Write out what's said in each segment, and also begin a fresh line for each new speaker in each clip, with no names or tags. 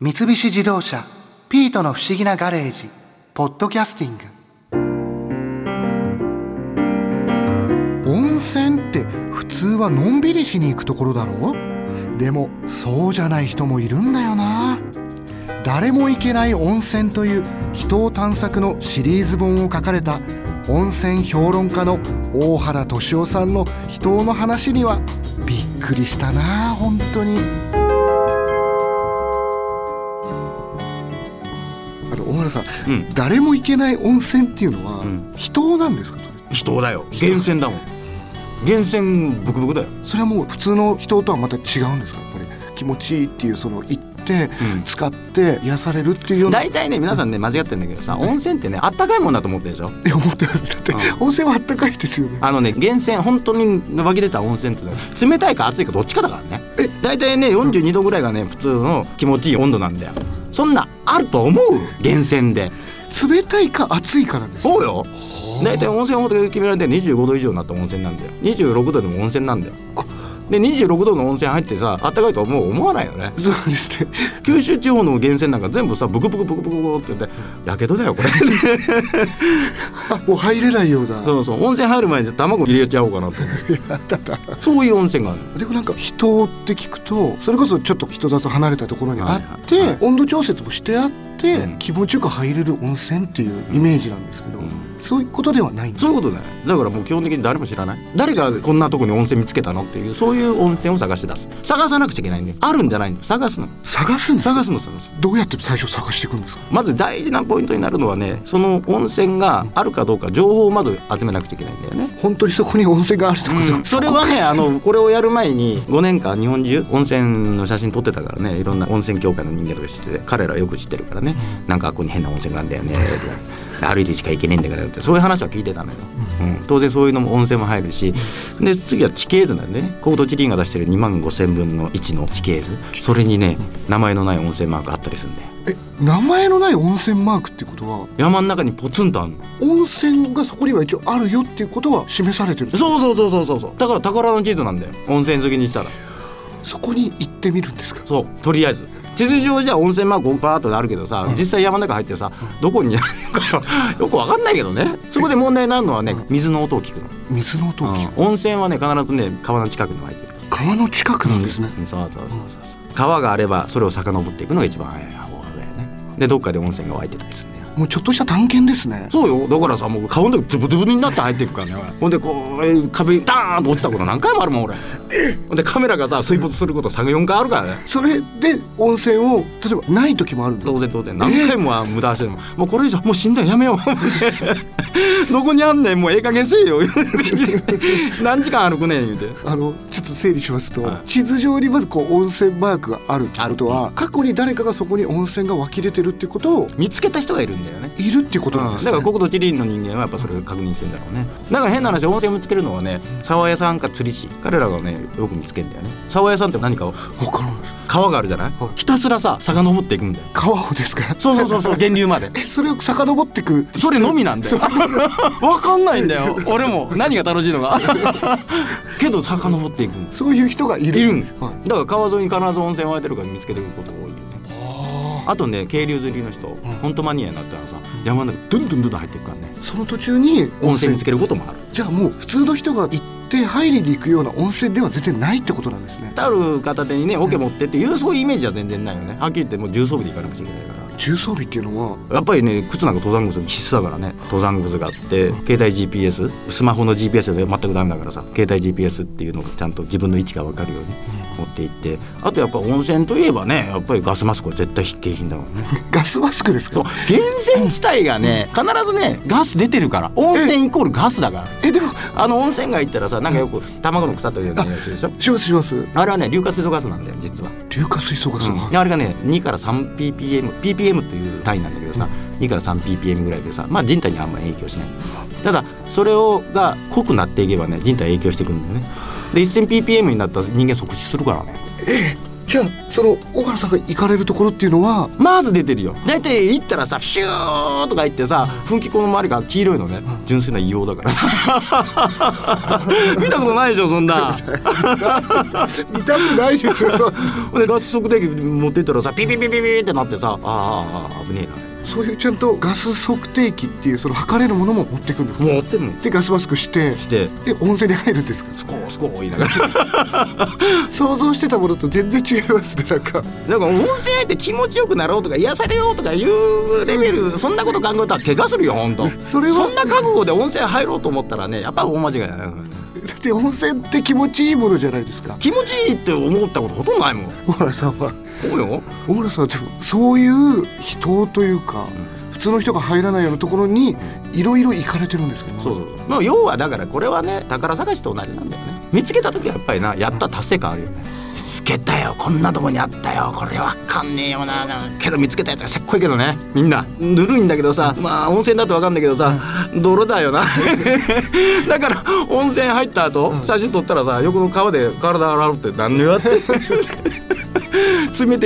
三菱自動車「ピートの不思議なガレージ」「ポッドキャスティング」温泉って普通はのんびりしに行くところだろでもそうじゃない人もいるんだよな誰も行けない温泉という人を探索のシリーズ本を書かれた温泉評論家の大原敏夫さんの人の話にはびっくりしたな本当に。あの大原さん、
うん
誰も行けない温泉っていうのは、
ん
人なんですかそれ
人だよ源泉だもん源泉ブクブクだよ
それはもう普通の人とはまた違うんですかやっぱり気持ちいいっていうその行って、
うん
使って癒されるっていうような
大体ね皆さんね間違ってるんだけどさ温泉ってねあったかいもんだと思ってるでしょ
って思ってますだって、
う
温泉はあったかいですよね
あのね源泉本当に湧き出た温泉ってのは冷たいか熱いかどっちかだからね
え
大体ね42度ぐらいがね普通の気持ちいい温度なんだよそんなあると思う源泉で
冷たいか熱いかなんです
そうよ大体温泉法で決められて25度以上になった温泉なんだよ26度でも温泉なんだよで26度の温泉入ってさあったかいとはもう思わないよね
そうですね
九州地方の源泉なんか全部さブクブクブクブクブクって言ってやけどだよこれ
あもう入れないような
そうそう温泉入る前に卵入れちゃおうかなとそういう温泉がある
でもなんか人って聞くとそれこそちょっと人里離れたところにあって、
はいはい
温度調節もしてあって、
うん
気持ちよく入れる温泉っていうイメージなんですけど、
うん
そういうことではないんです
そういうことだよだからもう基本的に誰も知らない誰がこんなとこに温泉見つけたのっていうそういう温泉を探し出す探さなくちゃいけないんだよあるんじゃないんだよ探すの
探すんですか
探すの探すの
どうやって最初探していくんですか
まず大事なポイントになるのはねその温泉があるかどうか情報をまず集めなくちゃいけないんだよね
本当にそこに温泉があるとか、
それはねあのこれをやる前に5年間日本中温泉の写真撮ってたからねいろんな温泉協会の人間とか知ってて彼らはよく知ってるからね、なんかここに変な温泉があるんだよねとか歩いてしか行けねえんだからってそういう話は聞いてたのよ、うん当然そういうのも温泉も入るしで次は地形図なんでね高都地理院が出してる2万5千分の1の地形図それにね名前のない温泉マークあったりするんだよ
え名前のない温泉マークってことは
山の中にポツンとあるの
温泉がそこには一応あるよっていうことは示されてる
そうそうそうそうそうそうだから宝の地図なんだよ温泉好きにしたら
そこに行ってみるんですか
そうとりあえず地図上じゃ温泉マークバーっとあるけどさ、実際山の中入ってさどこにあるのかよく わかんないけどねそこで問題になるのはね水の音を聞くの、
水の音を聞く、
うん温泉はね必ずね川の近くに入ってる
川の近くなんですね、
うんそうそうそうそうそう川があればそれを遡っていくのが一番早い方法だよねでどっかで温泉が湧いてたりするんだよ
もうちょっとした探検ですね
そうよだからさもう顔の中ズブズブになって入っていくからねほんでこう壁にダーンと落ちたこと何回もあるもん俺 ほんでカメラがさ水没すること34回あるからね
それで温泉を例えばない時もあるんです
当然当然何回もは無駄しても、もうこれ以上もう死んだらやめよう どこにあんねんもうええ加減せえよ 何時間歩くねん言うて
あのちょっと整理しますと、
はい
地図上にまずこう温泉マークがあるってことは、
あ
過去に誰かがそこに温泉が湧き出てるってことを
見つけた人がいるんだよね
いるってことなん
う
で
ん
す
だ
ね、
から国土地理院の人間はやっぱそれを確認してんだろうねだから変な話温泉を見つけるのはね沢屋さんか釣り師彼らがねよく見つけるんだよね沢屋さんって何か
わからない
川があるじゃない、
はい
ひたすらさ遡っていくんだよ
川をですか
そうそうそう そう源流まで
それを遡ってく
それのみなんだよわかんないんだよ俺も何が楽しいの かけど遡っていくん だ
そういう人がいる
いるん
はい、
だから川沿いに必ず温泉湧いてるから見つけてくることが多いよね
あ
あとね渓流釣りの人、
ん
ほんとマニアになったらさ山の中ドゥンドゥンドゥンドゥン入っていくからね
ーその途中に
温泉見つけることもある
じゃあもう普通の人が行って入りに行くような温泉では全然ないってことなんですね
タオル片手にね桶持ってっていうそういうイメージは全然ないよねはっきり言ってもう重装備で行かなくちゃいけないから
重装備っていうのは
やっぱりね靴なんか登山靴必須だからね登山靴があって携帯 GPS スマホの GPS で全くダメだからさ携帯 GPS っていうのをちゃんと自分の位置が分かるように持っていってあとやっぱ温泉といえばねやっぱりガスマスクは絶対必見品だもんね
ガスマスクです
そう
か
源泉地帯がね必ずねガス出てるから温泉イコールガスだから
えでも
あの温泉街行ったらさなんかよく卵の腐ったようなやつでしょ
しますします
あれはね硫化水素ガスなんだよ実は、
硫化水素ガスは、
うんあれがね2から 3ppmppm という単位なんだけどさ2から 3ppm ぐらいでさまあ人体にはあんまり影響しないただそれをが濃くなっていけばね人体に影響してくるんだよねで 1000ppm になったら人間即死するからね
じゃあその小原さんが行かれるところっていうのは
まず出てるよ大体行ったらさプシューとか言ってさ噴気口の周りが黄色いのね純粋な硫黄だか らさ見たことないでしょそんな
見たくないですよ
ほんでガス測定器持ってったらさピピピピピってなってさあーあー危ね
そういうちゃんとガス測定器っていうその測れるものも持っていくんです
えな
ね
持ってんの
でガスマスクして
して
で温泉に入るんですか
スコースコー言いながら
想像してたものと全然違いますねなんか
なんか温泉入って気持ちよくなろうとか癒されようとかいうレベルそんなこと考えたら怪我するよほんと
それは
そんな覚悟で温泉入ろうと思ったらねやっぱ大間違いだよ
だって温泉って気持ちいいものじゃないですか
気持ちいいって思ったことほとんどないもん
小原さんは
そうよ
小原さんはでもそういう人というか、普通の人が入らないようなところにいろいろ行かれてるんですけど
そうそうそうまあ要はだからこれはね宝探しと同じなんだよね見つけた時はやっぱりなやった達成感あるよね見つけたよこんなとこにあったよこれわかんねえよなけど見つけたやつがせっこいけどねみんなぬるいんだけどさまあ温泉だとわかんだけどさ泥だよな だから温泉入った後写真撮ったらさ横の川で体洗うって何でやって 冷てえ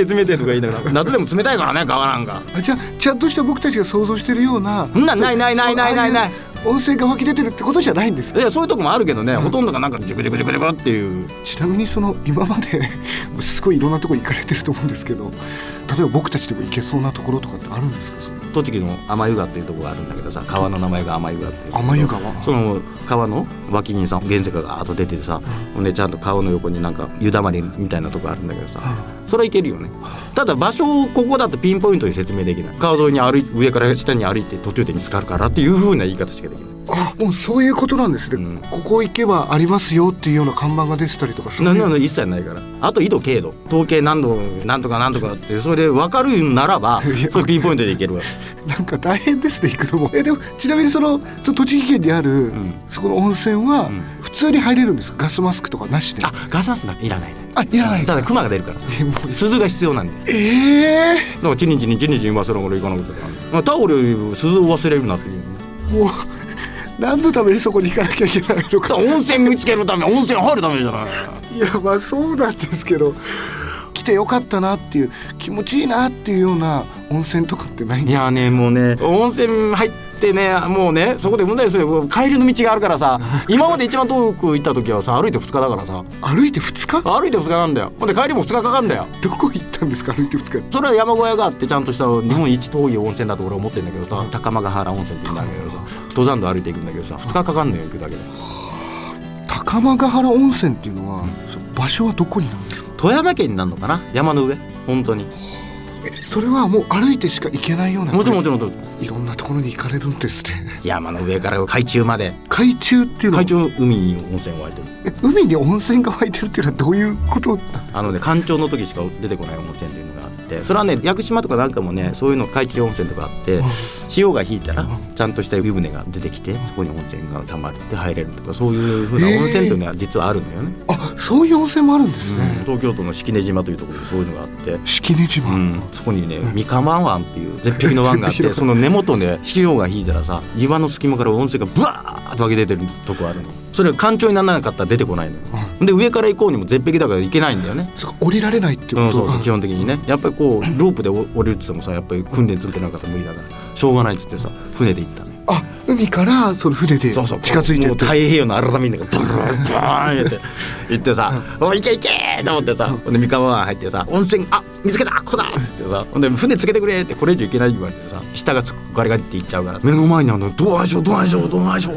冷てえとか言いながら夏でも冷たいからね川なんか
あじゃあちゃんとした僕たちが想像してるような
そんなんないないないないないない
そうああいう温泉が湧き出てるってことじゃないんです
いやそういうとこもあるけどね、ほとんどがなんかジュクジュクジュクジュクっていう
ちなみにその今まですごいいろんなとこ行かれてると思うんですけど例えば僕たちでも行けそうなところとかってあるんですかその
栃木の天湯川っていうところがあるんだけどさ川の名前が天湯川っていう
天湯川
その川の脇にさ原石がガーッと出ててさ、ほんでちゃんと川の横になんか湯だまりみたいなとこあるんだけどさ、それはいけるよねただ場所をここだとピンポイントに説明できない川沿いに歩い上から下に歩いて途中で見つかるからっていうふうな言い方しかできない
あもうそういうことなんですね、
うん
ここ行けばありますよっていうような看板が出てたりとかそう
ないな
う
の一切ないからあと緯度経度統計何度何とか何とかってそれで分かるならばそれピンポイントでいけるわ
なんか大変ですね行くの もえでもちなみにそのと栃木県にある、
ん
そこの温泉は、
うん
普通に入れるんですかガスマスクとかなしであ
あガスマスクなんかいらないね
いらない
ただ熊が出るから
えもう
鈴が必要なんで
ええ
だからチニチニチニチニ忘れ物行かなくて、まあ、タオルより鈴を忘れるなっていう
もう何のためにそこに行かなきゃいけないのか
温泉見つけるため温泉入るためじゃない
いやまあそうなんですけど来てよかったなっていう気持ちいいなっていうような温泉とかってないん
い
です
やねもうね温泉入ってねもうねそこで問題ですよ帰りの道があるからさ今まで一番遠く行った時はさ歩いて2日だからさ
歩いて2日
歩いて2日なんだよほんで帰りも2日かかるんだよ
どこ行ったんですか歩いて2日
それは山小屋があってちゃんとした日本一遠い温泉だと俺は思ってんだけどさ高間ヶ原温泉って言うんだけどさ登山道歩いていくんだけどさ2日かかんのよ行くだけで
高間ヶ原温泉っていうのは、その場所はどこになるんですか
富山県になるのかな山の上本当に
えそれはもう歩いてしか行けないような
もちろんもちろんもちろん
いろんなところに行かれるんですね
山の上から海中まで
海中っていうのは
海中の海に温泉湧いてる
え海に温泉が湧いてるっていうのはどういうことなんですか
あのね干潮の時しか出てこない温泉というのがあってそれはね屋久島とかなんかもねそういうの海中温泉とかあって潮が引いたらちゃんとした湯船が出てきてそこに温泉が溜まって入れるとかそういうふうな温泉というのは実はあるのよね、
あそういう温泉もあるんですね、
東京都の式根島というところにそういうのがあって
式根島、
うん、そこにね三釜湾っていう絶壁の湾があっ
絶壁
て
の
その根元で潮が引いたらさ岩の隙間から温泉がブワーッと湧き出てるとこあるのそれが干潮にならなかったら出てこないのよで上から行こうにも絶壁だから行けないんだよね
そっか降りられないって
う
こ
ん、
と
そう
が、
そう基本的にねやっぱりこうロープでお降りるって言ってもさやっぱり訓練するってなかったら無理だからしょうがないって言ってさ船で行ったね
あ海からその船で近づいて
も
っ
う
て
太平洋の荒波の中ドローンドローンって行ってさ「おい行け行け!」と思ってさほんで三河湾入ってさ「温泉あ見つけたここだ!」ってさほんで「船つけてくれ!」ってこれ以上行けないって言われてさ下がつくガリガリって行っちゃうから目の前にあるの「どうしようどうしようどうしよう」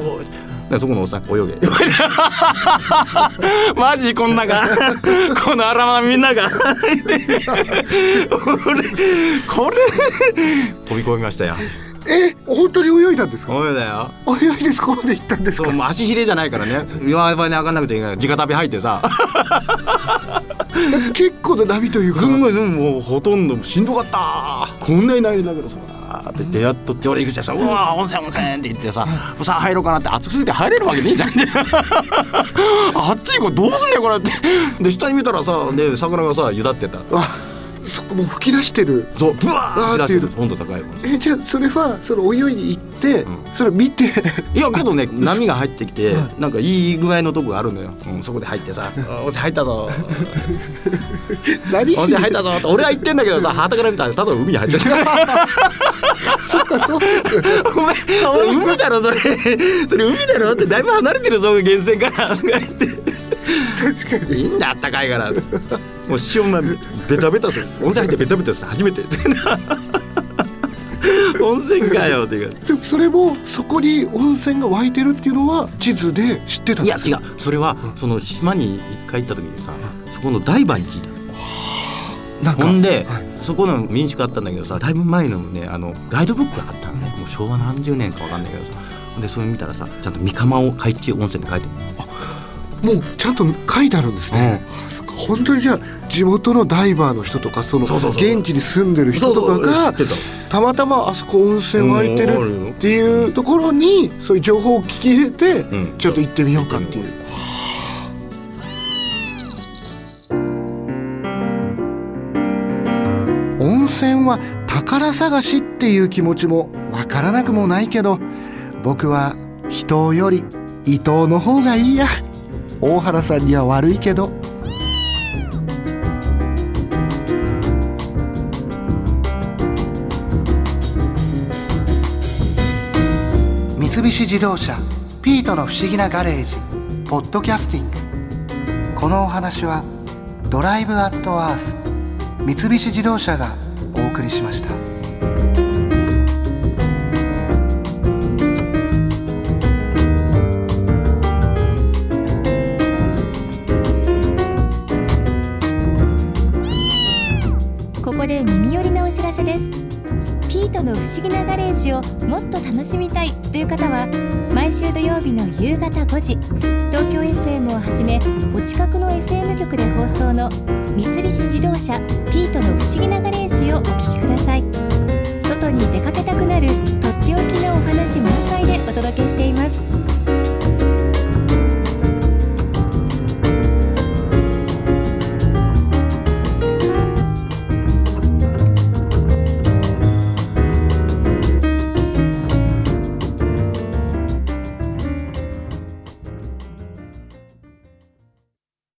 でそこのおっさん泳げ マジこんながこの荒間みんなが 俺これ飛び込みましたよ
え本当に泳いだんですか
そうだよ
泳いでそこまで行ったんです
そ
か
うもう足ひれじゃないからね岩場に上がんなくちゃいけない直旅入ってさ
だって結構な波というか
すんごいもうほとんどしんどかったこんなにないんだけどさって出会っとって俺行くじゃさ「うわー温泉温泉」って言ってさ「さあ入ろうかな」って暑すぎて入れるわけねえじゃん 暑いこれどうすんねんこれってで下に見たらさで桜がさゆだってた
わそこもう噴き出してる
そうブワーって
ブワーっていう
温度高いもん
えじゃあそれはその泳いに行って、
うん
それ見 て
いやけどね波が入ってきて
は
なんかいい具合のとこがあるのよ、うん、そこで入ってさ「あ温泉入ったぞ
何
温
しに
泉入ったぞ」って俺は言ってんだけどさはたから見たらただの海に入ってる
そっかそうですよね
お前それ海だろそれそれ海だろってだいぶ離れてるぞ源泉からとか言って
確かに
いいんだあったかいからもう塩まみベタベタする温泉入ってベタベタする初めて 温泉かよっていうか
でもそれもそこに温泉が湧いてるっていうのは地図で知ってたん
いや
です
違うそれはその島に一回行った時にさそこのダイバーに聞いたの
なんか
ほんで、
はい
そこの民宿あったんだけどさだいぶ前のねあのガイドブックがあったのねもう昭和何十年かわかんないけどさほんでそれ見たらさちゃんと三釜を海中温泉って書いてあ
もうちゃんと書いてあるんですね、そっか本当にじゃあ地元のダイバーの人とかその
そうそうそう
現地に住んでる
る
人とかが
知ってた
たまたまあそこ温泉湧いて
う
る
んあるよ
っていうところにそういう情報を聞き入れて
うん
ちょっと行ってみようかっていう
行っ。
温泉は宝探しっていう気持ちもわからなくもないけど僕は人より伊藤の方がいいや大原さんには悪いけど三菱自動車ピートの不思議なガレージポッドキャスティングこのお話はドライブアットアース三菱自動車がお送りしました。
ここで耳寄りなお知らせですピートの不思議なガレージをもっと楽しみたいという方は毎週土曜日の夕方5時東京 FM をはじめお近くの FM 局で放送の三菱自動車ピートの不思議なガレージをお聞きください外に出かけたくなるとっておきのお話満載でお届けしています